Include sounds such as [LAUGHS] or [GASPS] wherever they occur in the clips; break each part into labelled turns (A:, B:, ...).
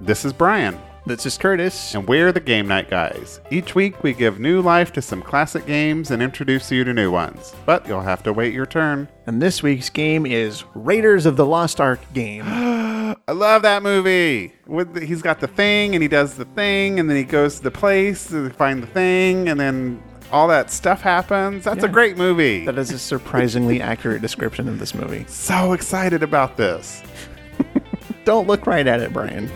A: This is Brian,
B: This is Curtis.
A: and we're the Game Night Guys. Each week, we give new life to some classic games and introduce you to new ones, but you'll have to wait your turn.
B: And this week's game is Raiders of the Lost Ark [GASPS] game.
A: I love that movie. With the, he's got the thing, and he does the thing, and then he goes to the place to find the thing, and then all that stuff happens. That's a
B: Yeah.
A: great movie.
B: that is a surprisingly accurate description of this movie.
A: so excited about this.
B: Don't look right at it, Brian.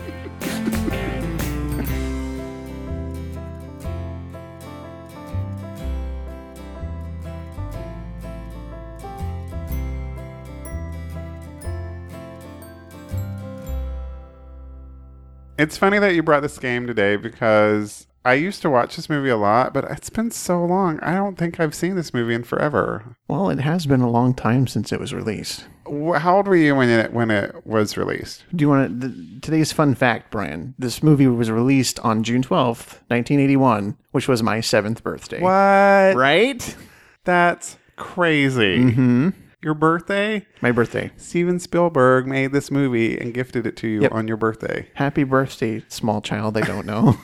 A: It's funny that you brought this game today because I used to watch this movie a lot, but it's been so long. I don't think I've seen this movie in forever.
B: Well, it has been a long time since it was released.
A: Wh- How old were you when it when it was released?
B: Do you want to? Th- today's fun fact, Brian. This movie was released on June 12th, 1981, which was my seventh birthday.
A: What?
B: Right?
A: That's crazy.
B: Mm-hmm.
A: Your birthday?
B: My birthday.
A: Steven Spielberg made this movie and gifted it to you on your birthday.
B: Happy birthday, small child. I don't [LAUGHS] know.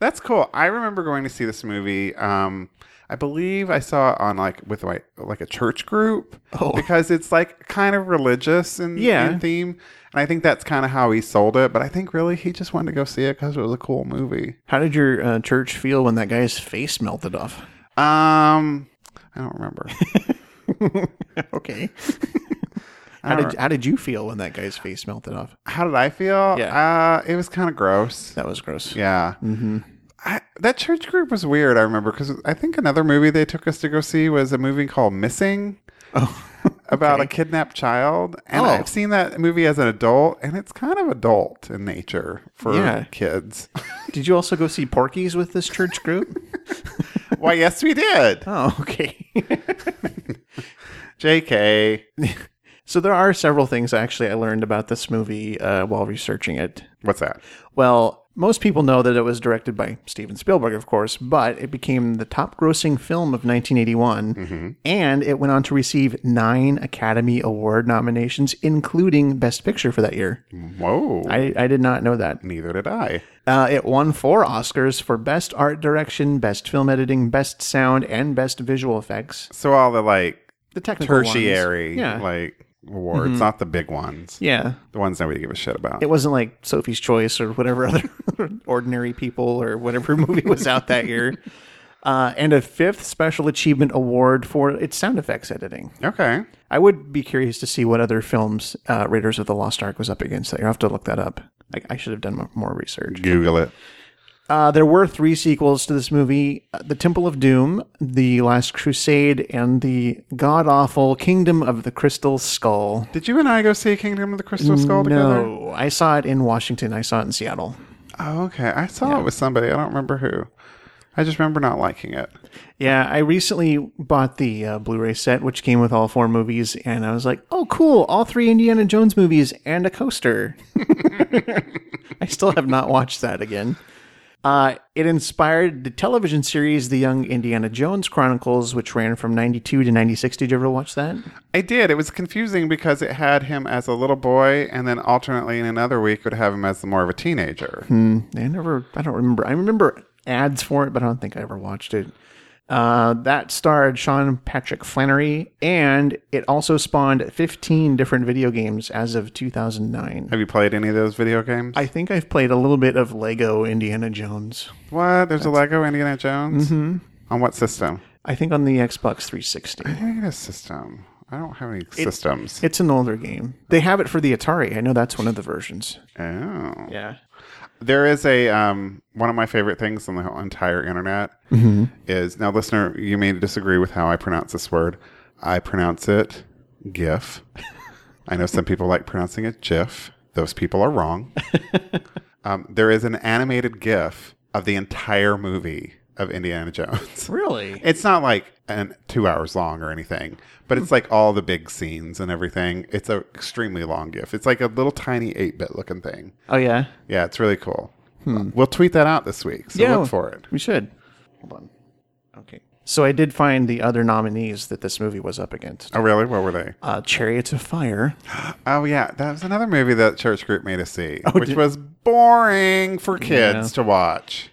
A: That's cool. I remember going to see this movie. Um, I believe I saw it on like with my like a church group
B: Oh.
A: because it's like kind of religious in,
B: Yeah.
A: in theme, and I think that's kind of how he sold it. But I think really he just wanted to go see it because it was a cool movie.
B: How did your uh, church feel when that guy's face melted off?
A: Um, I don't remember.
B: [LAUGHS] okay. how did how did you feel when that guy's face melted off?
A: how did I feel?
B: Yeah.
A: uh, it was kind of gross.
B: That was gross.
A: Yeah. Mm-hmm. I, that church group was weird. I remember because I think another movie they took us to go see was a movie called Missing. [LAUGHS] About a kidnapped child, and
B: Oh.
A: I've seen that movie as an adult, and it's kind of adult in nature for
B: Yeah.
A: kids.
B: Did you also go see Porky's with this church group?
A: Why, yes, we did.
B: [LAUGHS] oh, okay.
A: J.K.
B: [LAUGHS] so there are several things actually I learned about this movie uh, while researching it.
A: What's that?
B: Well, most people know that it was directed by Steven Spielberg, of course, but it became the top grossing film of 1981, and it went on to receive nine Academy Award nominations, including Best Picture for that year.
A: Whoa.
B: I, I did not know that.
A: Neither did I.
B: Uh, it won four Oscars for Best Art Direction, Best Film Editing, Best Sound, and Best Visual Effects.
A: So all the like
B: The technical ones.
A: tertiary
B: Yeah. Mm-hmm.
A: like awards, not the big ones,
B: yeah.
A: the ones nobody give a shit about.
B: It wasn't like Sophie's Choice or whatever other [LAUGHS] ordinary people or whatever [LAUGHS] movie was out that year. Uh, and a fifth special achievement award for its sound effects editing.
A: okay.
B: I would be curious to see what other films uh, Raiders of the Lost Ark was up against. That year. I'll have to look that up. Like I should have done mo- more research.
A: Google it.
B: Uh, there were three sequels to this movie uh, The Temple of Doom, The Last Crusade, and the god awful Kingdom of the Crystal Skull.
A: Did you and I go see Kingdom of the Crystal Skull together?
B: No, I saw it in Washington. I saw it in Seattle.
A: Oh, okay. I saw it with somebody. I don't remember who. I just remember not liking it.
B: Yeah, I recently bought the uh, Blu ray set, which came with all four movies, and I was like, oh, cool, all three Indiana Jones movies and a coaster. [LAUGHS] I still have not watched that again. Uh, it inspired the television series The Young Indiana Jones Chronicles, which ran from 92 to 96. Did you ever watch that?
A: I did. It was confusing because it had him as a little boy, and then alternately in another week would have him as more of a teenager.
B: I never, I don't remember. I remember ads for it, but I don't think I ever watched it. Uh, that starred Sean Patrick Flannery, and it also spawned 15 different video games as of 2009.
A: Have you played any of those video games?
B: I think I've played a little bit of Lego Indiana Jones.
A: what? There's a Lego Indiana Jones. Mm-hmm. On what system?
B: I think on the Xbox 360. [LAUGHS]
A: I think a system. I don't have any systems.
B: It's an older game. They have it for the Atari. I know that's one of the versions.
A: oh.
B: Yeah.
A: There is a um, one of my favorite things on the whole entire internet is now, listener, you may disagree with how I pronounce this word. I pronounce it GIF. I know some people like pronouncing it GIF. Those people are wrong. um, there is an animated GIF of the entire movie of Indiana Jones. [LAUGHS]
B: Really?
A: It's not like an two hours long or anything, but it's like all the big scenes and everything. It's an extremely long GIF. It's like a little tiny eight bit looking thing.
B: Oh, yeah.
A: Yeah, it's really Hmm. Uh, cool. We'll tweet that out this week. So
B: Yeah.
A: look for it.
B: We should. Hold on. Okay. So I did find the other nominees that this movie was up against.
A: Oh, really? What were they?
B: Uh, Chariots of Fire.
A: Oh, yeah. That was another movie that church group made us see, which was boring for kids to watch.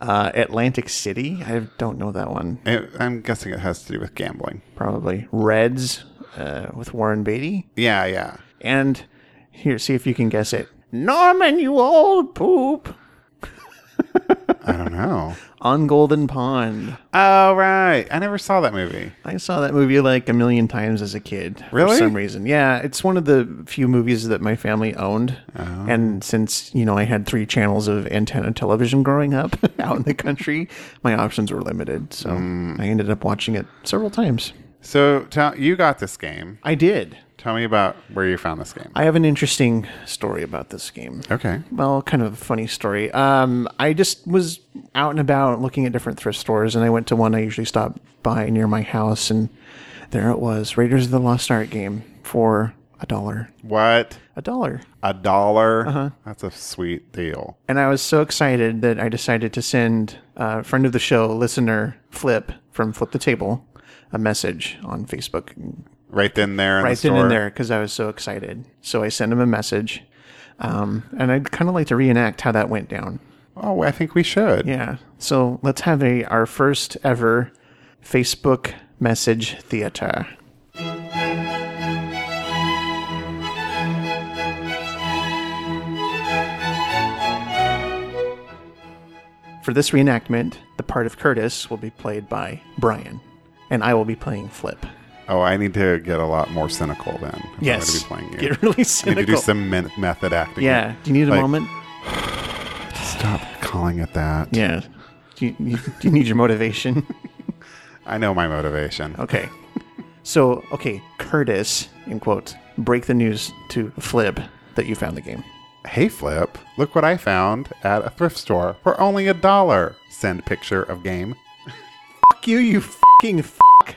B: Uh, Atlantic City. I don't know that one.
A: It, I'm guessing it has to do with gambling.
B: Probably Reds uh, with Warren Beatty.
A: Yeah, yeah.
B: And here, see if you can guess it. Norman, you old poop.
A: I don't [LAUGHS] know.
B: On Golden Pond.
A: oh, right. I never saw that movie.
B: I saw that movie like a million times as a kid.
A: Really?
B: For some reason. Yeah, it's one of the few movies that my family owned. And since, you know, I had three channels of antenna television growing up [LAUGHS] out in the country, my options were limited. So I ended up watching it several times.
A: So tell you got this game.
B: I did.
A: Tell me about where you found this game.
B: I have an interesting story about this game.
A: Okay.
B: Well, kind of a funny story. Um, I just was out and about looking at different thrift stores, and I went to one I usually stop by near my house, and there it was Raiders of the Lost Art game for a dollar.
A: What?
B: A dollar.
A: A dollar? That's a sweet deal.
B: And I was so excited that I decided to send a friend of the show, listener Flip from Flip the Table, a message on Facebook
A: Right then there in the
B: right then
A: store.
B: and there because I was so excited. So I sent him a message, um, and I'd kind of like to reenact how that went down.
A: Oh, I think we should.
B: Yeah. So let's have a our first ever Facebook message theater. For this reenactment, the part of Curtis will be played by Brian, and I will be playing Flip.
A: Oh, I need to get a lot more cynical then. if I'm
B: Yes,
A: going to be playing you.
B: get really
A: I need to do
B: cynical.
A: some men- method acting.
B: yeah. Do you need a
A: Like-
B: moment?
A: Stop calling it that.
B: Yeah. Do you, you- do you need your motivation?
A: I know my motivation.
B: [LAUGHS] Okay. So, okay, Curtis, in quotes, break the news to Flip that you found the game.
A: Hey, Flip. Look what I found at a thrift store for only a dollar. Send picture of game. [LAUGHS]
B: Fuck you, you fucking fuck.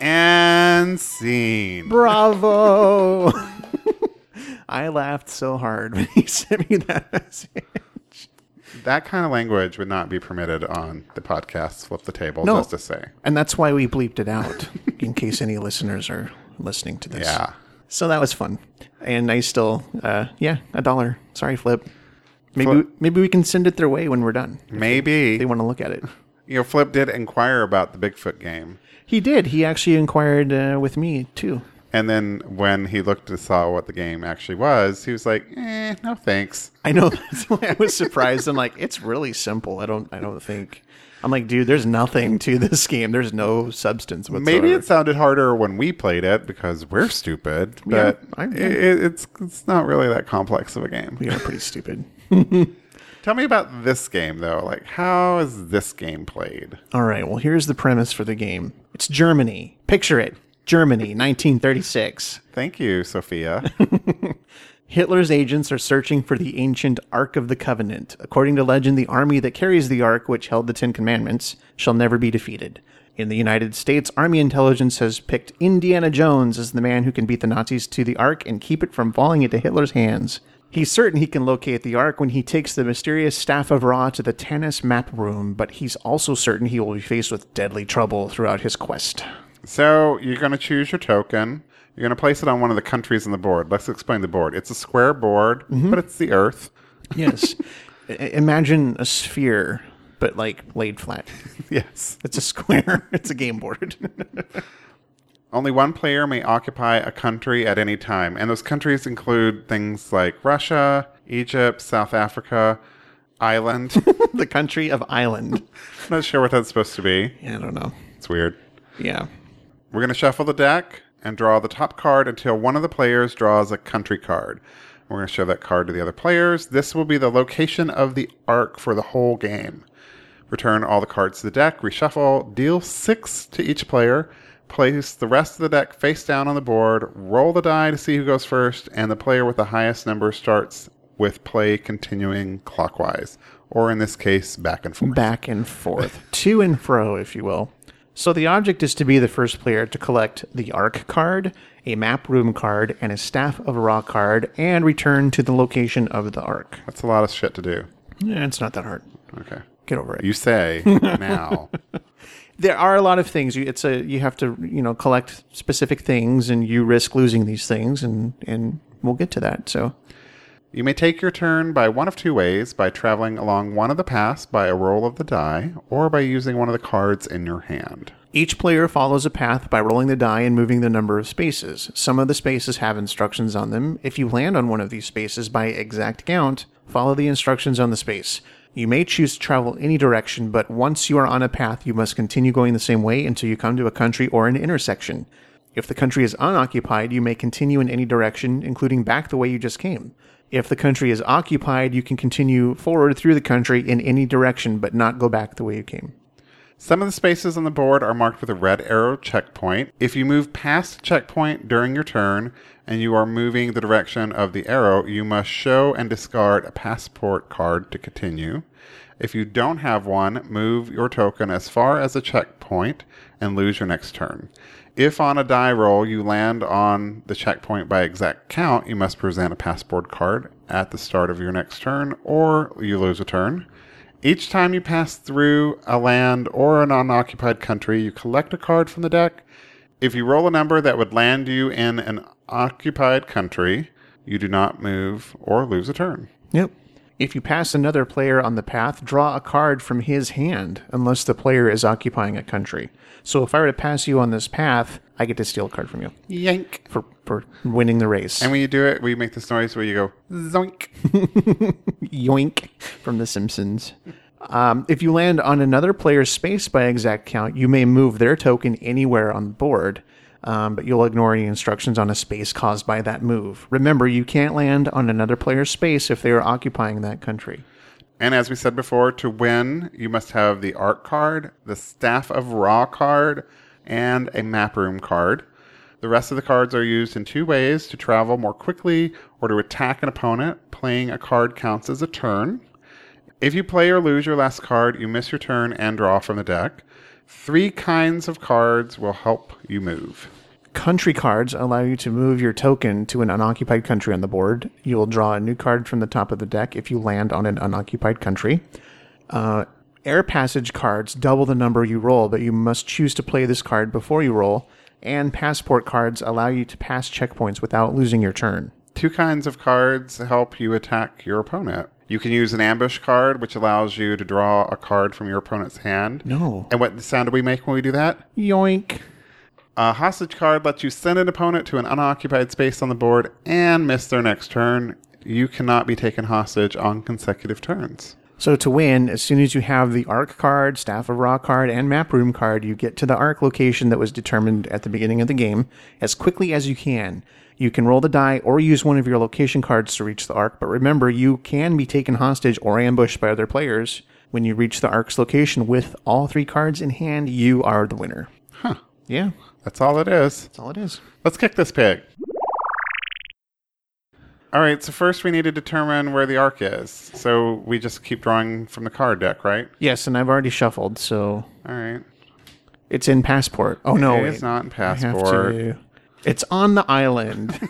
A: And scene.
B: Bravo. I laughed so hard [LAUGHS] when he sent me that message.
A: [LAUGHS] That kind of language would not be permitted on the podcast Flip the Table,
B: No.
A: just to say.
B: And that's why we bleeped it out in case any listeners are listening to this.
A: Yeah.
B: So that was fun. And I still, uh, yeah, a dollar. Sorry, Flip. Maybe,
A: Flip.
B: maybe we can send it their way when we're done.
A: Maybe.
B: They want to look at it.
A: You know, Flip did inquire about the Bigfoot game.
B: He did. He actually inquired uh, with me too.
A: And then when he looked and saw what the game actually was, he was like, eh, no thanks.
B: I know [LAUGHS] that's why I was surprised. I'm like, it's really simple. I don't. I don't think. I'm like, dude, there's nothing to this game. There's no substance whatsoever.
A: Maybe it sounded harder when we played it because we're stupid, but
B: I-
A: it, it- it's, it's not really that complex of a game.
B: we are pretty stupid.
A: Tell me about this game, though. Like, how is this game played?
B: All right. Well, here's the premise for the game. It's Germany. Picture it. Germany, 1936.
A: Thank you, Sophia.
B: Hitler's agents are searching for the ancient Ark of the Covenant. According to legend, the army that carries the Ark, which held the Ten Commandments, shall never be defeated. In the United States, Army intelligence has picked Indiana Jones as the man who can beat the Nazis to the Ark and keep it from falling into Hitler's hands. He's certain he can locate the Ark when he takes the mysterious Staff of Ra to the Tanis map room, but he's also certain he will be faced with deadly trouble throughout his quest.
A: so, you're going to choose your token. You're going to place it on one of the countries on the board. Let's explain the board. It's a square board, but it's the Earth. [LAUGHS]
B: Yes. [LAUGHS] I- Imagine a sphere, but like laid flat.
A: Yes.
B: It's a [LAUGHS] square. It's a game board. [LAUGHS]
A: Only one player may occupy a country at any time, and those countries include things like Russia, Egypt, South Africa, Ireland. [LAUGHS] I'm
B: the country of Ireland.
A: not sure what that's supposed to be.
B: I don't know.
A: It's weird.
B: Yeah.
A: We're going to shuffle the deck and draw the top card until one of the players draws a country card. We're going to show that card to the other players. This will be the location of the arc for the whole game. Return all the cards to the deck, reshuffle, deal six to each player, place the rest of the deck face down on the board, roll the die to see who goes first, and the player with the highest number starts with play continuing clockwise, or in this case, back and forth.
B: Back and forth, to and fro, if you will. So the object is to be the first player to collect the Ark card, a map room card, and a Staff of Ra card, and return to the location of the Ark.
A: That's a lot of shit to do.
B: Yeah, it's not that hard.
A: Okay.
B: Get over it.
A: You say now.
B: There are a lot of things. You, it's a you have to you know collect specific things, and you risk losing these things, and and we'll get to that. So
A: You may take your turn by one of two ways by traveling along one of the paths by a roll of the die, or by using one of the cards in your hand.
B: Each player follows a path by rolling the die and moving the number of spaces. Some of the spaces have instructions on them. If you land on one of these spaces by exact count, follow the instructions on the space. You may choose to travel any direction, but once you are on a path, you must continue going the same way until you come to a country or an intersection. If the country is unoccupied, you may continue in any direction, including back the way you just came. If the country is occupied, you can continue forward through the country in any direction, but not go back the way you came.
A: Some of the spaces on the board are marked with a red arrow checkpoint. If you move past a checkpoint during your turn and you are moving the direction of the arrow, you must show and discard a passport card to continue. If you don't have one, move your token as far as a checkpoint and lose your next turn. If on a die roll you land on the checkpoint by exact count, you must present a passport card at the start of your next turn or you lose a turn. Each time you pass through a land or an unoccupied country, you collect a card from the deck. If you roll a number that would land you in an occupied country, you do not move or lose a turn.
B: Yep. If you pass another player on the path, draw a card from his hand, unless the player is occupying a country. So if I were to pass you on this path, I get to steal a card from you
A: Yank.
B: for, for winning the race.
A: And when you do it, we make this noise where you go zoink.
B: Yoink from The Simpsons. Um, if you land on another player's space by exact count, you may move their token anywhere on the board, um, but you'll ignore any instructions on a space caused by that move. Remember, you can't land on another player's space if they are occupying that country.
A: And as we said before, to win, you must have the art card, the staff of raw card, and a map room card. The rest of the cards are used in two ways to travel more quickly or to attack an opponent. Playing a card counts as a turn. If you play or lose your last card, you miss your turn and draw from the deck. Three kinds of cards will help you move.
B: Country cards allow you to move your token to an unoccupied country on the board. You will draw a new card from the top of the deck if you land on an unoccupied country. Uh, air passage cards double the number you roll, but you must choose to play this card before you roll. And passport cards allow you to pass checkpoints without losing your turn.
A: Two kinds of cards help you attack your opponent. You can use an ambush card, which allows you to draw a card from your opponent's hand.
B: No.
A: And what sound do we make when we do that?
B: Yoink.
A: A hostage card lets you send an opponent to an unoccupied space on the board and miss their next turn. You cannot be taken hostage on consecutive turns.
B: So to win, as soon as you have the arc card, staff of raw card, and map room card, you get to the arc location that was determined at the beginning of the game as quickly as you can. You can roll the die or use one of your location cards to reach the arc, but remember you can be taken hostage or ambushed by other players. When you reach the arc's location with all three cards in hand, you are the winner.
A: Huh.
B: Yeah,
A: That's all it is.
B: that's all it is.
A: Let's kick this pig. All right, so first we need to determine where the arc is. So we just keep drawing from the card deck, right?
B: Yes, and I've already shuffled, so
A: All right.
B: it's in passport. Oh no,
A: it is
B: wait.
A: not in
B: I have
A: passport.
B: to- It's on the island.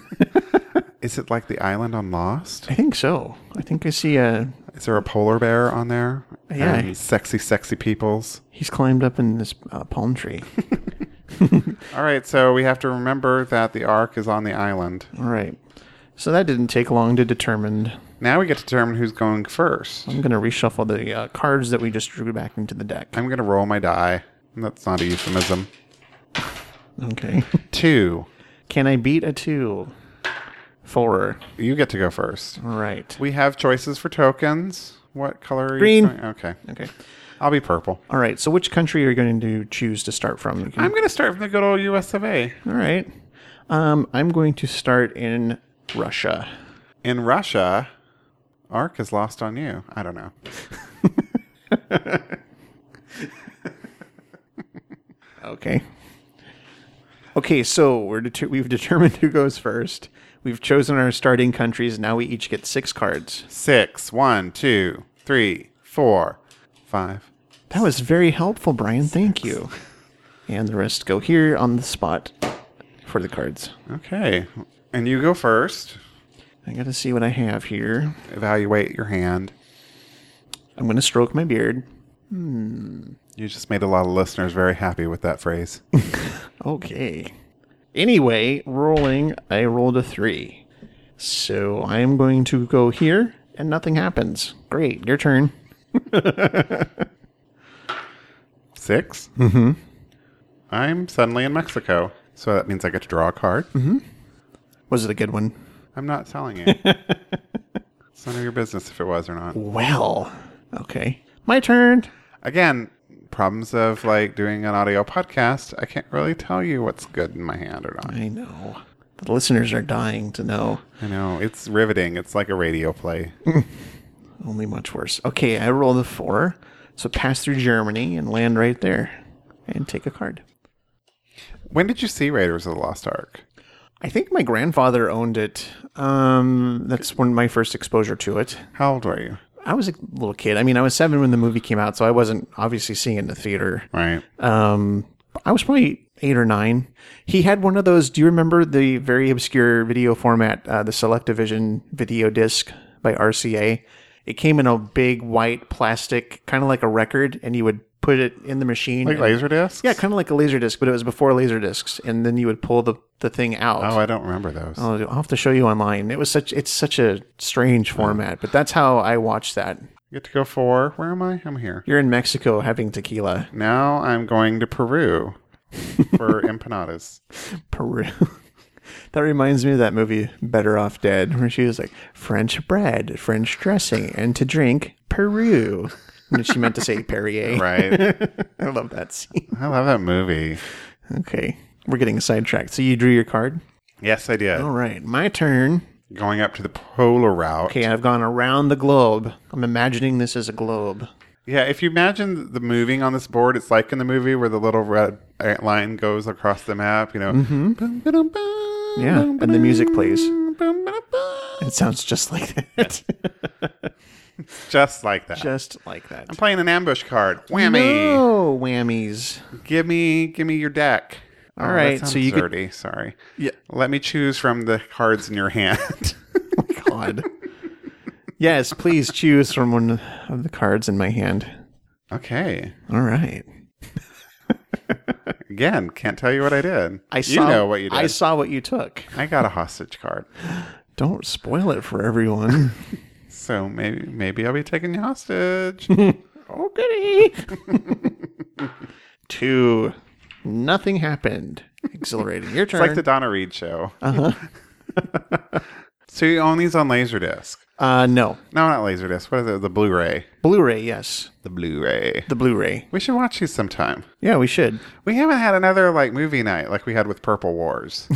A: Is it like the island on Lost?
B: I think so. I think I see a
A: Is there a polar bear on there?
B: Yeah.
A: And sexy, sexy peoples.
B: He's climbed up in this uh, palm tree.
A: All right, so we have to remember that the arc is on the island.
B: All right. So that didn't take long to determine.
A: Now we get to determine who's going first.
B: I'm going to reshuffle the uh, cards that we just drew back into the deck.
A: I'm going to roll my die. That's not a euphemism.
B: Okay.
A: Two.
B: Can I beat a two? Four.
A: You get to go first.
B: All right.
A: We have choices for tokens. What color are
B: Green.
A: you? trying- Okay.
B: Okay.
A: I'll be purple.
B: All right. So which country are you going to choose to start from? You can-
A: I'm going to start from the good old US of A.
B: All right. Um, I'm going to start in Russia.
A: In Russia, arc is lost on you. I don't know.
B: Okay. Okay, so we're deter- we've determined [LAUGHS] who goes first. We've chosen our starting countries. Now we each get six cards.
A: Six. One, two, three, four, five.
B: That was very helpful, Brian. Thank you. And the rest go here on the spot for the cards.
A: Okay. And you go first.
B: I got to see what I have here.
A: Evaluate your hand.
B: I'm going to stroke my beard.
A: You just made a lot of listeners very happy with that [LAUGHS] phrase.
B: Okay. Anyway, rolling, I rolled a three. So I'm going to go here and nothing happens. Great, your turn.
A: Six? Mm-hmm. I'm suddenly in Mexico, so that means I get to draw a card.
B: Was it a good one?
A: I'm not selling [LAUGHS] it. it's none of your business if it was or not.
B: Well, okay. My turn.
A: Again, problems of like doing an audio podcast. I can't really tell you what's good in my hand or not.
B: I know. The listeners are dying to know.
A: I know it's riveting. It's like a radio play.
B: Only much worse. Okay, I rolled a four. So pass through Germany and land right there and take a card.
A: when did you see Raiders of the Lost Ark?
B: I think my grandfather owned it. Um, that's when my first exposure to it.
A: How old were you?
B: I was a little kid. I mean, I was seven when the movie came out, so I wasn't obviously seeing it in the theater.
A: Right.
B: Um, I was probably eight or nine. He had one of those. Do you remember the very obscure video format, uh, the Selectivision video disc by RCA? It came in a big white plastic, kind of like a record, and you would put it in the machine.
A: Like
B: and-
A: Laserdisc?
B: yeah, kind of like a laser disc, but it was before laser discs, and then you would pull the, the thing out.
A: Oh, I don't remember those.
B: I'll, I'll have to show you online. It was such it's such a strange format, but that's how I watched that.
A: You get to go for where am I? I'm here.
B: You're in Mexico having tequila,
A: Now I'm going to Peru
B: [LAUGHS]
A: for empanadas.
B: Peru. [LAUGHS] that reminds me of that movie Better Off Dead, where she was like French bread, French dressing, and to drink Peru. And she meant to say [LAUGHS] Perrier.
A: Right.
B: I love that scene.
A: I love that movie.
B: Okay, we're getting sidetracked. So you drew your card.
A: Yes, I did.
B: All right, my turn.
A: Going up to the polar route.
B: Okay, I've gone around the globe. I'm imagining this as a globe.
A: Yeah, if you imagine the moving on this board, it's like in the movie where the little red line goes across the map, you know.
B: Mm-hmm. Yeah, and the music plays.
A: plays.
B: It sounds just like that.
A: Just like that.
B: [LAUGHS] just like that.
A: I'm playing an ambush card. Whammy.
B: No whammies.
A: Give me give me your deck. All
B: right, so
A: so
B: you
A: you
B: could-
A: dirty, sorry.
B: Yeah.
A: Let me choose from the cards in your hand. [LAUGHS]
B: God. yes, please choose from one of the cards in my hand.
A: okay.
B: All right.
A: Again, can't tell you what I did.
B: I saw
A: you know what you did.
B: I saw what you took.
A: I got a hostage card.
B: Don't spoil it for
A: [LAUGHS]
B: everyone.
A: So maybe maybe I'll be taken
B: [LAUGHS]
A: hostage.
B: okay. [LAUGHS] Two. Nothing happened. Exhilarating. Your
A: [LAUGHS]
B: turn.
A: It's like the Donna Reed show.
B: Uh-huh.
A: [LAUGHS] so you own these on Laserdisc?
B: uh no.
A: No, not Laserdisc. What is it? The Blu-ray.
B: Blu-ray, yes.
A: The Blu-ray.
B: The Blu-ray.
A: We should watch these sometime.
B: Yeah, we should.
A: We haven't had another like movie night like we had with Purple
B: [LAUGHS]
A: Wars.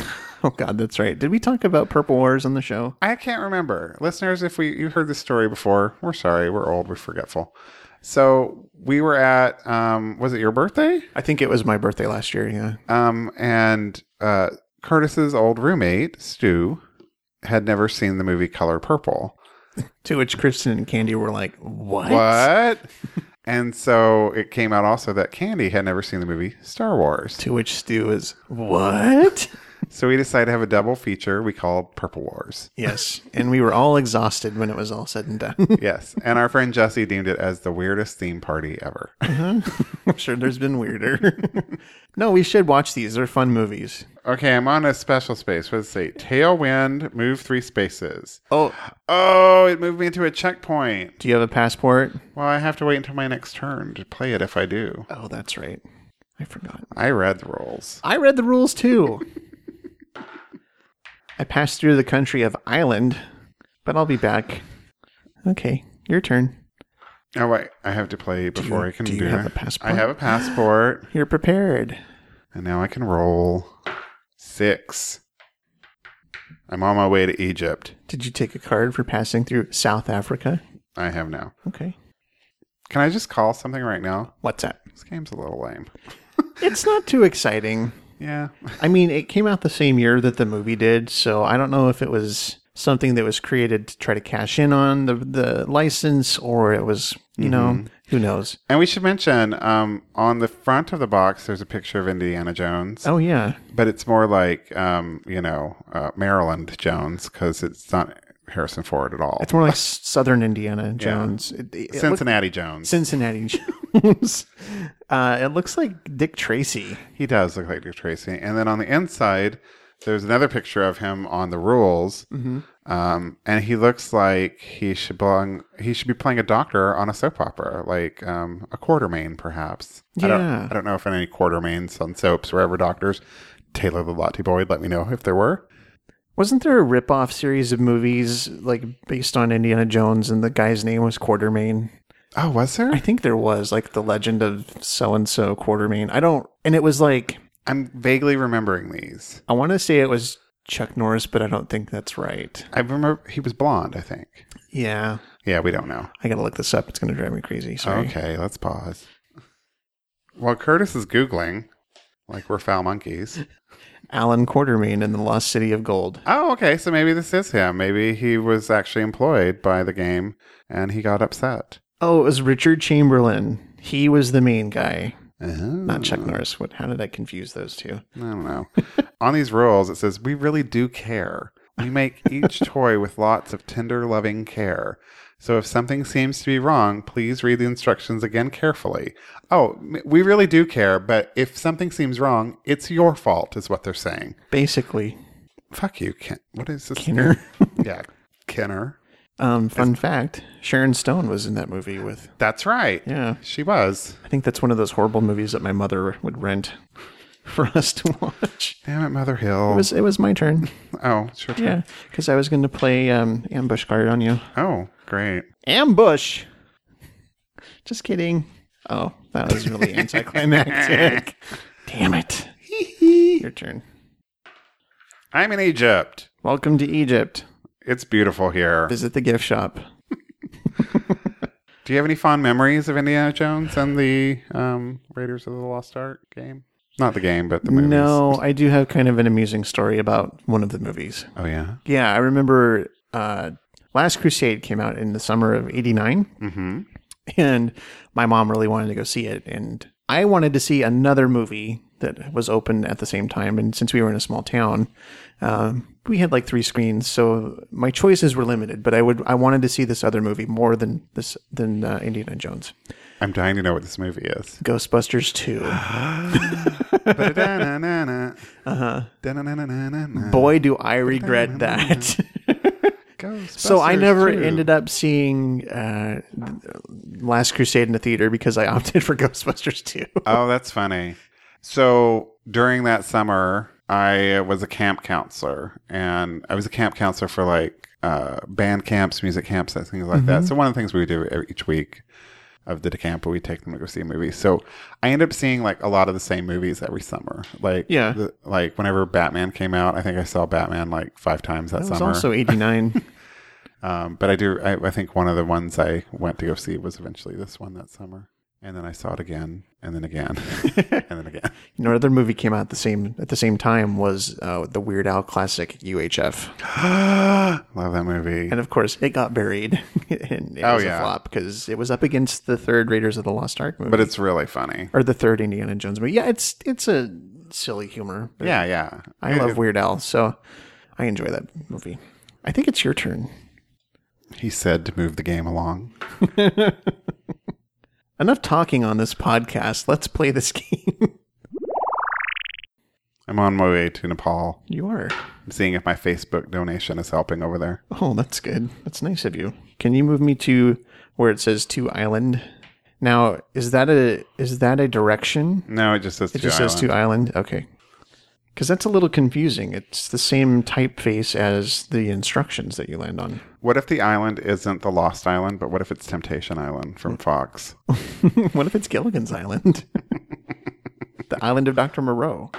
B: Oh god, that's right. Did we talk about Purple Wars on the show?
A: I can't remember, listeners. If we you heard this story before, we're sorry. We're old. We're forgetful. So we were at um, was it your birthday?
B: I think it was my birthday last year, yeah.
A: Um, and uh, Curtis's old roommate Stu had never seen the movie Color Purple.
B: To which Kristen and Candy were like, What?
A: What? [LAUGHS] and so it came out also that Candy had never seen the movie Star Wars.
B: To which Stu is, What?
A: So we decided to have a double feature we called Purple Wars.
B: yes. And we were all exhausted when it was all said and [LAUGHS] done.
A: Yes. And our friend Jesse deemed it as the weirdest theme party ever.
B: I'm sure there's been weirder. [LAUGHS] no, we should watch these. They're fun movies.
A: okay, I'm on a special space. Let's see. Tailwind, move three spaces.
B: Oh,
A: Oh, it moved me into a checkpoint.
B: do you have a passport?
A: Well, I have to wait until my next turn to play it if I do.
B: Oh, that's right. I forgot.
A: I read the rules.
B: I read the rules too. I passed through the country of Ireland, but I'll be back. Okay, your turn.
A: Oh, wait. I have to play before I can
B: do
A: do,
B: you have
A: it.
B: a passport?
A: I have a passport.
B: You're prepared.
A: And now I can roll six. I'm on my way to Egypt.
B: Did you take a card for passing through South Africa?
A: I have now.
B: Okay.
A: Can I just call something right now?
B: What's that?
A: This game's a little lame.
B: It's not too exciting.
A: Yeah. [LAUGHS]
B: I mean, it came out the same year that the movie did, so I don't know if it was something that was created to try to cash in on the the license or it was, you know, who knows.
A: And we should mention um, on the front of the box, there's a picture of Indiana Jones,
B: Oh yeah.
A: but it's more like, um, you know, uh, Maryland Jones because it's not Harrison Ford at all.
B: It's more like Southern Indiana Jones. It- it- it looks-
A: Cincinnati Jones.
B: Cincinnati [LAUGHS] Jones. uh, it looks like Dick Tracy.
A: He does look like Dick Tracy. And then on the inside, there's another picture of him on the rules,
B: Mm-hmm.
A: um, and he looks like he should belong. He should be playing a doctor on a soap opera, like um, a Quartermain, perhaps. I
B: Yeah.
A: don't, I don't know if any Quartermains on soaps were ever doctors. Taylor the Lottie Boy, let me know if there were.
B: Wasn't there a rip-off series of movies like based on Indiana Jones and the guy's name was Quartermain?
A: Oh, was
B: I
A: there?
B: think there was like the legend of so and so Quartermain. I don't and it was like
A: I'm vaguely remembering these.
B: I want to say it was Chuck Norris, but I don't think that's right.
A: I remember he was blonde. I think.
B: Yeah.
A: Yeah, we don't know.
B: I got to look this up. It's going to drive me crazy. Sorry.
A: Okay, let's pause. While Curtis is googling, like we're foul monkeys.
B: Alan Quartermain in the Lost City of Gold.
A: Oh, okay. So maybe this is him. Maybe he was actually employed by the game and he got upset.
B: Oh, it was Richard Chamberlain. He was the main guy,
A: Uh-huh.
B: not Chuck Norris. What how did I confuse those two?
A: I don't know. On these rules, it says, We really do care. We make each toy with lots of tender, loving care. So if something seems to be wrong, please read the instructions again carefully. Oh, m- we really do care, but if something seems wrong, it's your fault, is what they're saying.
B: Basically,
A: Fuck you, Ken. What is this?
B: Kinner. [LAUGHS]
A: Yeah, Kenner.
B: Um, fun fact: Sharon Stone was in that movie with.
A: That's right.
B: Yeah,
A: She was.
B: I think that's one of those horrible movies that my mother would rent [LAUGHS] for us to watch.
A: Damn it, Mother Hill.
B: It was it was my turn.
A: oh, sure.
B: Yeah, because I was going to play um, ambush card on you.
A: Oh, great. [LAUGHS]
B: Ambush. Just kidding. Oh, that was [LAUGHS] really anticlimactic. [LAUGHS] Damn it. Your turn.
A: I'm in Egypt.
B: Welcome to Egypt.
A: It's beautiful here.
B: Visit the gift shop.
A: Do you have any fond memories of Indiana Jones and the um, Raiders of the Lost Ark game? Not the game, but the movies.
B: No, I do have kind of an amusing story about one of the movies.
A: Oh yeah.
B: Yeah, I remember uh, Last Crusade came out in the summer of 89.
A: Mm-hmm.
B: and my mom really wanted to go see it and i wanted to see another movie that was open at the same time and since we were in a small town um, we had like three screens so my choices were limited but i would i wanted to see this other movie more than this than uh, indiana jones
A: I'm dying to know what this movie is. [LAUGHS]
B: ghostbusters 2 [LAUGHS]
A: Da-da-na-na-na.
B: Uh-huh.
A: Da-na-na-na-na-na.
B: boy do i regret that [LAUGHS]
A: Ghostbusters
B: so i never
A: 2.
B: ended up seeing uh, last crusade in the theater because i [LAUGHS] opted for ghostbusters 2
A: Oh, that's funny. So during that summer, I was a camp counselor, and I was a camp counselor for like uh, band camps, music camps, and things like
B: Mm-hmm.
A: that. So one of the things we would do e- each week of the decamp, we take them to go see a movie. So I ended up seeing like a lot of the same movies every summer. Like
B: Yeah.
A: the- like whenever Batman came out, I think I saw Batman like five times that,
B: it was
A: summer. [LAUGHS]
B: also 89
A: um, but I do, I, I think one of the ones I went to go see was eventually this one that summer, and then I saw it again, and then again, [LAUGHS] and then again.
B: You know, another movie came out the same at the same time was uh, the Weird Al classic UHF,
A: [GASPS] Love that movie.
B: and of course it got buried [LAUGHS] and it
A: Oh,
B: was
A: yeah.
B: a flop because it was up against the third Raiders of the Lost Ark movie,
A: But it's really funny.
B: or the third Indiana Jones movie. Yeah, it's it's a silly humor. but
A: Yeah, yeah.
B: I love Weird Al, so I enjoy that movie. I think it's your turn.
A: He said to move the game along.
B: Enough talking on this podcast. Let's play this [LAUGHS] game.
A: I'm on my way to Nepal.
B: you are.
A: I'm seeing if my Facebook donation is helping over there.
B: Oh, that's good. That's nice of you. Can you move me to where it says to island? Now, is that a is that a direction?
A: No, it just says
B: It just says to island. Okay. Because that's a little confusing. It's the same typeface as the instructions that you land on. [LAUGHS]
A: What if the island isn't the Lost Island, but what if it's Temptation Island
B: Mm.
A: from Fox?
B: what if it's Gilligan's Island? [LAUGHS] the island of Dr. Moreau.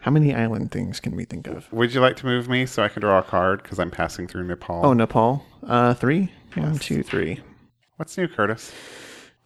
B: How many island things can we think of?
A: Would you like to move me so I can draw a card because I'm passing through Nepal?
B: Oh, Nepal. Uh, three. One, two, three.
A: What's new, Curtis?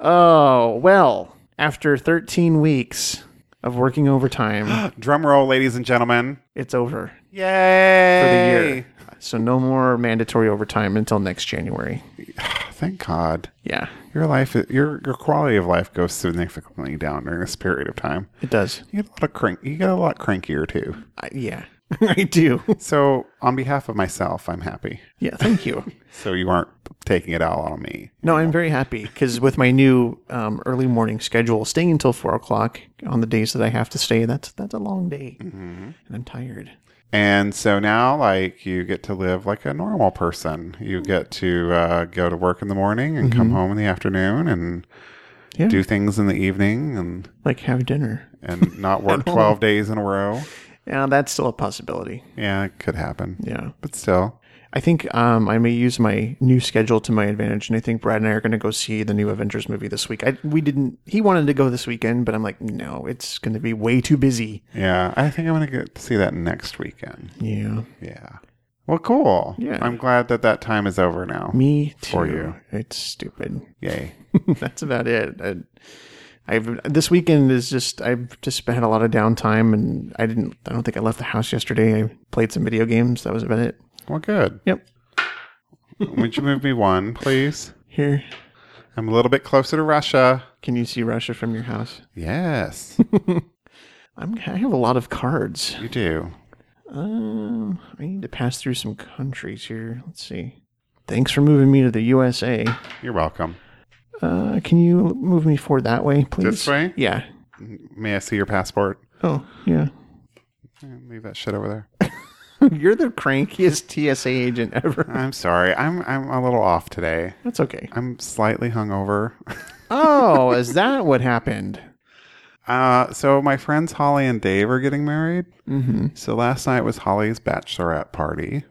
B: Oh, well, after 13 weeks of
A: [GASPS]
B: working overtime,
A: Drum roll, ladies and gentlemen.
B: it's over
A: Yay!
B: for the year. So no more mandatory overtime until next January.
A: [SIGHS] Thank God.
B: Yeah,
A: Your life, your your quality of life goes significantly down during this period of time.
B: it does.
A: You get a lot of crank. You get a lot crankier too.
B: I, yeah. [LAUGHS] I do.
A: So, on behalf of myself, I'm happy.
B: Yeah, thank you.
A: So, you aren't taking it all on me.
B: No, I'm very happy because with my new um, early morning schedule, staying until four o'clock on the days that I have to stay, that's that's a long day, and I'm tired.
A: And so now, like, you get to live like a normal person.
B: Hmm.
A: You get to uh, go to work in the morning and come home in the afternoon and
B: Mm-hmm. Yeah.
A: do things in the evening and,
B: Like have dinner. [LAUGHS]
A: and not work 12 days in a row.
B: Yeah, that's still a possibility.
A: Yeah, it could happen.
B: Yeah,
A: But still,
B: I think um, I may use my new schedule to my advantage, and I think Brad and I are going to go see the new Avengers movie this week. I we didn't. He wanted to go this weekend, but I'm like, no, it's going to be way too busy.
A: yeah, I think I'm going to get to see that next weekend.
B: Yeah,
A: Yeah. Well, cool.
B: Yeah.
A: I'm glad that that time is over now.
B: me too.
A: For you.
B: it's stupid. [LAUGHS]
A: Yay.
B: that's about it. I, I've this weekend is just I've just had a lot of downtime, and I didn't. I don't think I left the house yesterday. I played some video games. That was about it.
A: Well, good.
B: Yep.
A: Would you move me one, please?
B: Here,
A: I'm a little bit closer to Russia.
B: can you see Russia from your house?
A: Yes,
B: I'm, I have a lot of cards.
A: you do.
B: Um, I need to pass through some countries here. Let's see. Thanks for moving me to the USA.
A: You're welcome.
B: Uh, can you move me forward that way, please?
A: This way?
B: Yeah.
A: May I see your passport?
B: Oh, yeah.
A: Eh, Leave that shit over there.
B: [LAUGHS] You're the crankiest TSA agent ever.
A: I'm sorry. I'm I'm a little off today.
B: [LAUGHS] That's okay.
A: I'm slightly hungover.
B: Oh, is that what happened?
A: Uh, so my friends Holly and Dave are getting married. Mm-hmm. So last night was Holly's bachelorette party,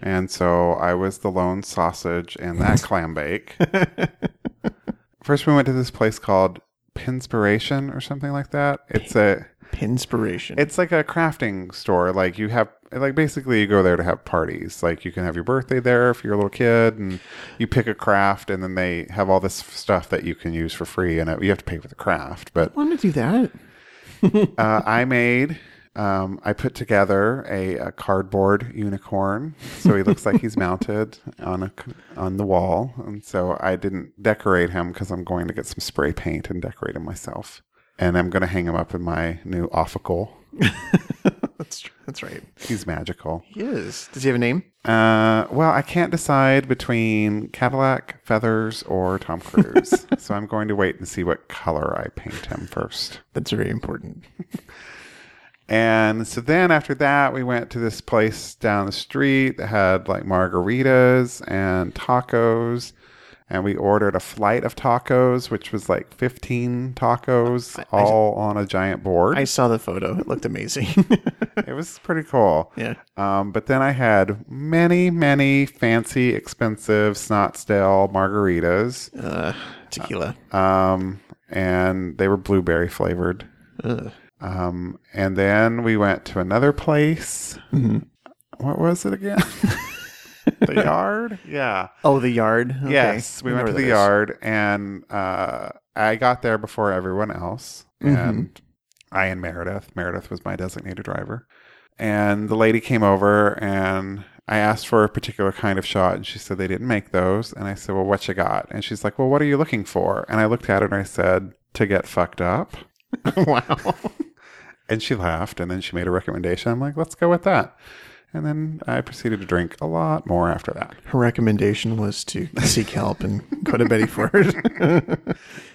A: and so I was the lone sausage in [LAUGHS] that clam bake. First, we went to this place called Pinspiration or something like that. It's a
B: Pinspiration.
A: It's like a crafting store. Like you have, like basically you go there to have parties. Like you can have your birthday there if you're a little kid, and you pick a craft, and then they have all this stuff that you can use for free, and it, you have to pay for the craft. But
B: want to do that?
A: uh, I made, um, I put together a, a cardboard unicorn, so he looks like he's mounted on a c on the wall, and so I didn't decorate him because I'm going to get some spray paint and decorate him myself, and I'm going to hang him up in my new offical.
B: That's tr- that's right.
A: He's magical.
B: He is. Does he have a name?
A: Uh, well, I can't decide between Cadillac, Feathers, or Tom
B: [LAUGHS]
A: Cruise. so I'm going to wait and see what color I paint him first.
B: That's very important.
A: And so then after that, we went to this place down the street that had like margaritas and tacos. And we ordered a flight of tacos, which was like 15 tacos all on a giant board.
B: I saw the photo. It looked amazing. [LAUGHS]
A: it was pretty cool.
B: yeah.
A: Um, but then I had many, many fancy, expensive Snotsdale margaritas,
B: Uh, tequila.
A: um, and they were blueberry flavored.
B: Ugh.
A: Um, and then we went to another place.
B: Mm-hmm.
A: What was it again? the yard? Yeah.
B: Oh, the yard. Okay.
A: Yes, we
B: I
A: went to
B: know
A: the
B: where that is.
A: yard, and uh, I got there before everyone else, and I and Meredith. Meredith was my designated driver, and the lady came over, and I asked for a particular kind of shot, and she said they didn't make those, and I said, "Well, what you got?" And she's like, "Well, what are you looking for?" And I looked at her and I said, "To get fucked up." [LAUGHS]
B: wow.
A: And she laughed, and then she made a recommendation. I'm like, "Let's go with that." And then I proceeded to drink a lot more after that.
B: Her recommendation was to seek help and go to Betty Ford. [LAUGHS]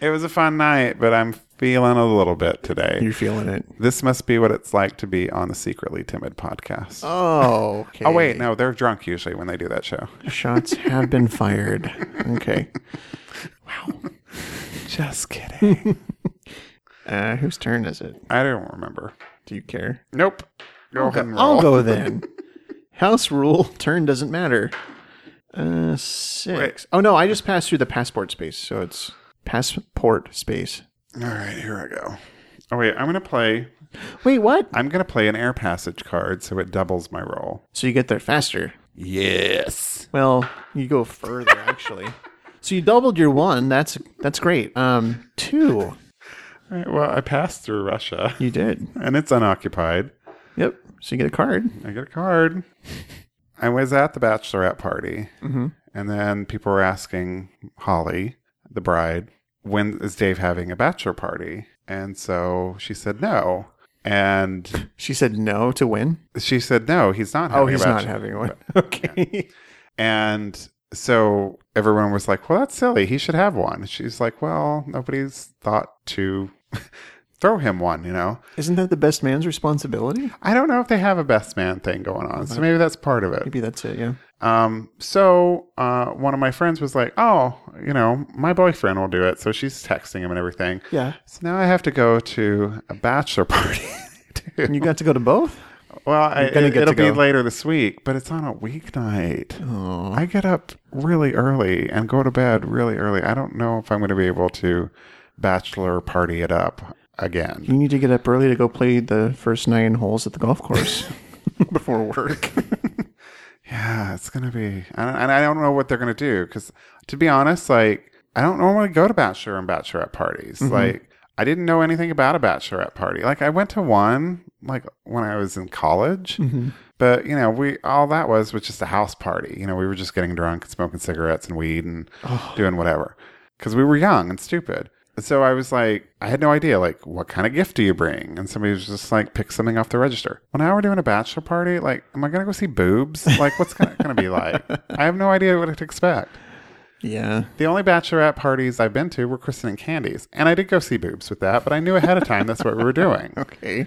A: It was a fun night, but I'm feeling a little bit today.
B: You're feeling it.
A: This must be what it's like to be on the Secretly Timid podcast. Oh,
B: Oh. Okay.
A: wait, no, they're drunk usually when they do that show.
B: Shots have been fired. Okay.
A: Just kidding.
B: [LAUGHS] Uh, whose turn is it?
A: I don't remember.
B: Do you care?
A: Nope. Go ahead and roll.
B: I'll go then. [LAUGHS] House rule. Turn doesn't matter. Uh, six. Oh no, I just passed through the passport space, so it's passport space.
A: All right, here I go. Oh wait, I'm gonna play.
B: Wait, what?
A: I'm gonna play an air passage card, so it doubles my roll.
B: So you get there faster.
A: Yes.
B: Well, you go further actually. So you doubled your one. That's that's great. Um, two.
A: All right, well, I passed through Russia, [LAUGHS]
B: You did.
A: and it's unoccupied.
B: Yep. So you get a card.
A: I get a card. I was at the bachelorette party,
B: Mm-hmm.
A: and then people were asking Holly, the bride, when is Dave having a bachelor party? And so she said no. And
B: She said no to win.
A: she said, "No, he's not." Happy
B: Oh, he's
A: about
B: not
A: you.
B: having one. [LAUGHS] Okay.
A: And so everyone was like, well, that's silly. He should have one. She's like, well, nobody's thought to [LAUGHS] throw him one, you know?
B: Isn't that the best man's responsibility?
A: I don't know if they have a best man thing going on. So maybe that's part of it.
B: Maybe that's it. Yeah.
A: Um, so uh, one of my friends was like, oh, you know, my boyfriend will do it. So she's texting him and everything.
B: [LAUGHS] Yeah.
A: So now I have to go to a bachelor [LAUGHS] party. too.
B: And you got to go to both?
A: Well, I,
B: gonna
A: it,
B: get
A: will
B: to
A: be
B: go.
A: later this week, but it's on a weeknight. I get up really early and go to bed really early. I don't know if I'm going to be able to bachelor party it up again.
B: You need to get up early to go play the first nine holes at the golf course [LAUGHS] before work.
A: Yeah, it's going to be, and and I don't know what they're going to do because, to be honest, like I don't normally go to bachelor and bachelorette parties. Like I didn't know anything about a bachelorette party. Like I went to one like when I was in college. But you know, we all that was was just a house party. You know, we were just getting drunk and smoking cigarettes and weed and doing whatever because we were young and stupid. And So I was like, I had no idea, like, what kind of gift do you bring? And somebody was just like, pick something off the register. Well, now we're doing a bachelor party. Like, am I gonna go see boobs? Like, what's gonna, gonna be like? I have no idea what to expect.
B: Yeah.
A: The only bachelorette parties I've been to were christening candies, and I did go see boobs with that, but I knew ahead of time that's what we were doing.
B: Okay.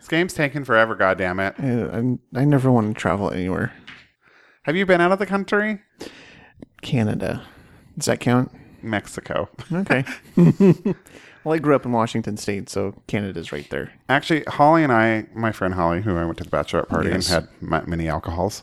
A: This game's taking forever, goddamn it!
B: Uh, I'm, I never want to travel anywhere.
A: Have you been out of the country?
B: Canada. Does that count?
A: Mexico.
B: Okay. [LAUGHS] well, I grew up in Washington State, so Canada's right there.
A: Actually, Holly and I, my friend Holly, who I went to the bachelorette party
B: Yes.
A: and had ma- many alcohols,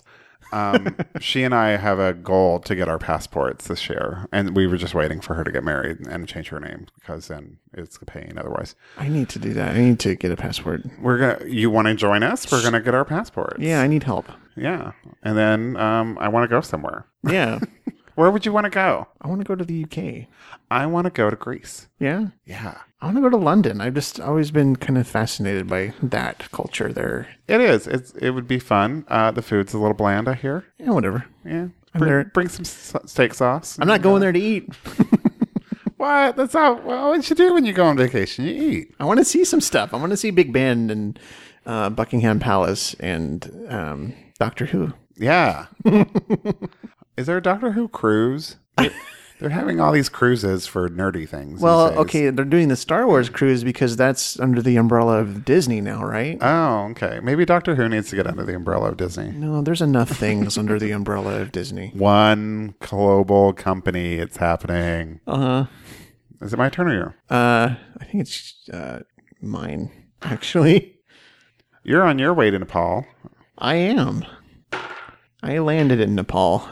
B: [LAUGHS]
A: um, she and I have a goal to get our passports this year. And we were just waiting for her to get married and change her name because then it's a pain otherwise.
B: I need to do that. I need to get a passport.
A: We're gonna. You want to join us? We're gonna get our passports.
B: Yeah, I need help.
A: yeah. And then um, I want to go somewhere.
B: Yeah.
A: Where would you want to go?
B: [LAUGHS] I want to go to the UK.
A: I want to go to Greece.
B: Yeah.
A: Yeah,
B: I want to go to London. I've just always been kind of fascinated by that culture there.
A: it is. It's it would be fun. Uh, the food's a little bland, I hear.
B: Yeah, whatever.
A: Yeah,
B: there-
A: bring, bring some s- steak sauce.
B: I'm not going there to eat.
A: What? That's not well, what you do when you go on vacation. You eat.
B: I want to see some stuff. I want to see Big Ben and uh, Buckingham Palace and um, Doctor Who. [LAUGHS]
A: Yeah. Is there a Doctor Who cruise?
B: [LAUGHS]
A: They're, they're having all these cruises for nerdy things. these
B: Well,
A: days.
B: okay, they're doing the Star Wars cruise because that's under the umbrella of Disney now, right?
A: Oh, okay. Maybe Doctor Who needs to get under the umbrella of Disney.
B: No, there's enough things under the umbrella of Disney.
A: One global company. It's happening. Uh huh. Is it my turn or your?
B: Uh-huh. Uh, I think it's uh, mine, actually.
A: You're on your way to Nepal.
B: I am. I landed in Nepal.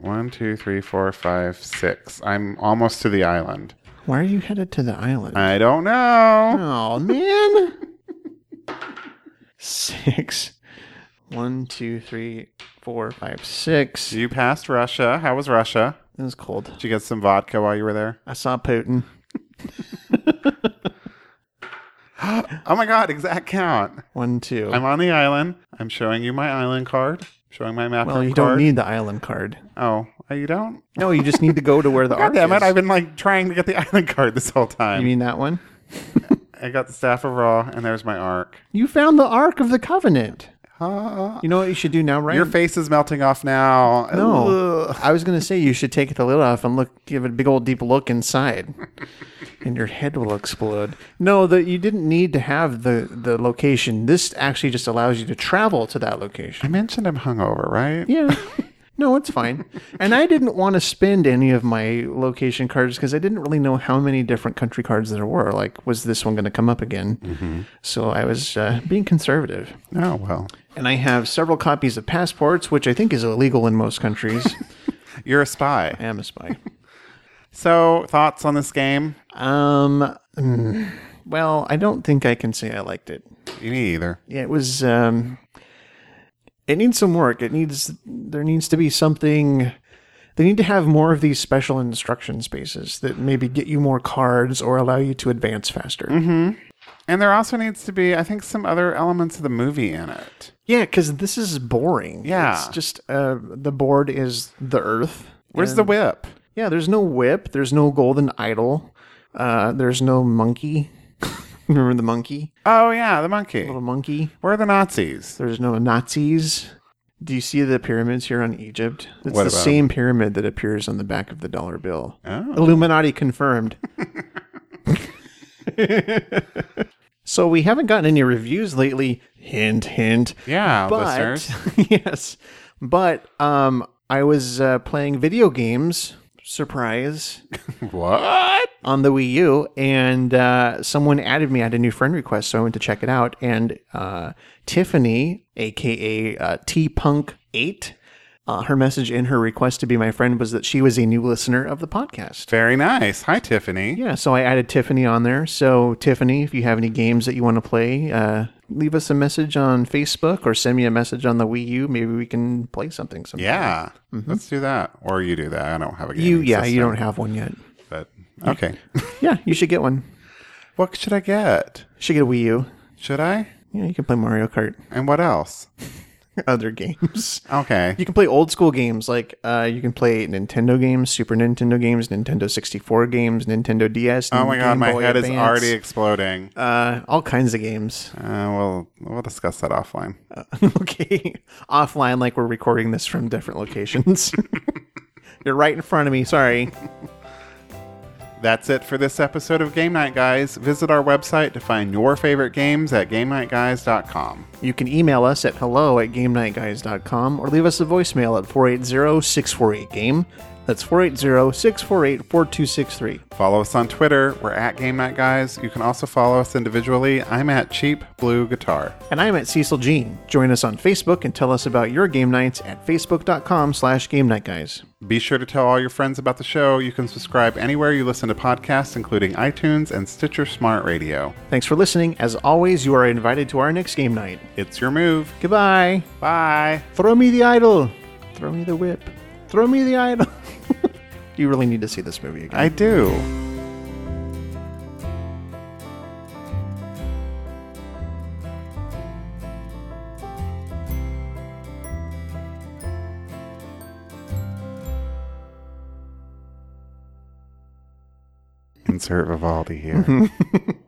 A: One, two, three, four, five, six. I'm almost to the island.
B: Why are you headed to the island?
A: I don't know.
B: oh, man. six. One, two, three, four, five, six.
A: You passed Russia. How was Russia?
B: It was cold.
A: Did you get some vodka while you were there?
B: I saw Putin.
A: Oh my god, exact count.
B: One, two.
A: I'm on the island. I'm showing you my island card. Showing my map.
B: well, you
A: card.
B: don't need the island card.
A: Oh, oh, you don't?
B: No, you just need to go to where the
A: [LAUGHS] God
B: arc
A: damn it!
B: is.
A: I've been like trying to get the [LAUGHS] island card this whole
B: You
A: time.
B: mean that one?
A: I got the staff of raw, and there's my arc.
B: You found the Ark of the Covenant.
A: Ah,
B: You know what you should do now, right?
A: your face is melting off now.
B: No.
A: Ugh.
B: Oh, I was going to say you should take the lid off and look, give it a big old deep look inside, and your head will explode. No, that you didn't need to have the the location. This actually just allows you to travel to that
A: I
B: location.
A: mentioned I'm hungover, right?
B: Yeah. No, it's fine. And I didn't want to spend any of my location cards because I didn't really know how many different country cards there were. Like, was this one going to come up again? So I was uh, being conservative.
A: Oh well.
B: And I have several copies of passports, which I think is illegal in most countries.
A: You're a spy.
B: I am a spy.
A: So thoughts on this game?
B: Um, mm, well, I don't think I can say I liked it.
A: Me either.
B: Yeah, it was. Um, it needs some work. It needs there needs to be something. They need to have more of these special instruction spaces that maybe get you more cards or allow you to advance faster.
A: And there also needs to be, I think, some other elements of the movie in it.
B: Yeah, because this is boring.
A: Yeah.
B: it's just uh, the board is the Earth.
A: Where's the whip?
B: Yeah, there's no whip. There's no golden idol. Uh, there's no monkey. [LAUGHS] Remember the monkey?
A: Oh yeah, the monkey.
B: Little monkey.
A: Where are the Nazis?
B: There's no Nazis. Do you see the pyramids here on Egypt? It's
A: What
B: the
A: about 'em?
B: same pyramid that appears on the back of the dollar bill.
A: Oh. [LAUGHS]
B: Illuminati confirmed. [LAUGHS] so we haven't gotten any reviews lately. Hint, hint.
A: Yeah,
B: but
A: listeners.
B: [LAUGHS] yes, but um, I was uh, playing video games. Surprise
A: [LAUGHS] What?
B: on the Wii U, and uh, someone added me. I had a new friend request, so I went to check it out. And uh, Tiffany, aka uh, T Punk Eight, uh, her message in her request to be my friend was that she was a new listener of the podcast.
A: Very nice. Hi, Tiffany.
B: Yeah, so I added Tiffany on there. So Tiffany, if you have any games that you want to play, uh, leave us a message on Facebook or send me a message on the Wii U. Maybe we can play something. Sometime.
A: Yeah. Let's do that, or you do that. I don't have a game.
B: Mm-hmm. you yeah, you don't have one yet.
A: But okay.
B: Yeah, you should get one.
A: [LAUGHS] what should I get?
B: Should get a Wii U.
A: Should I?
B: Yeah, you can play Mario Kart. [LAUGHS]
A: And what else?
B: other games.
A: Okay.
B: You can play old school games like uh, you can play Nintendo games, Super Nintendo games, Nintendo 64 games, Nintendo DS.
A: oh my god, my head is already exploding. Uh,
B: uh, all kinds of games. [LAUGHS]
A: we'll we'll discuss that offline.
B: okay, offline, like we're recording this from different locations. [LAUGHS] You're right in front of me. Sorry.
A: That's it for this episode of Game Night Guys. Visit our website to find your favorite games at GameNightGuys.com.
B: You can email us at hello at GameNightGuys.com or leave us a voicemail at 480-648-GAME. That's 480-648-4263.
A: Follow us on Twitter. We're at Game Night Guys. You can also follow us individually. I'm at Cheap Blue Guitar.
B: And I'm at Cecil Jean. Join us on Facebook and tell us about your game nights at facebook.com slash game night guys.
A: Be sure to tell all your friends about the show. You can subscribe anywhere you listen to podcasts, including iTunes and Stitcher Smart Radio.
B: Thanks for listening. As always, you are invited to our next game night.
A: It's your move.
B: Goodbye.
A: Bye.
B: Throw me the idol. Throw me the whip. Throw me the idol. [LAUGHS] you really need to see this movie again.
A: I do. Insert Vivaldi here.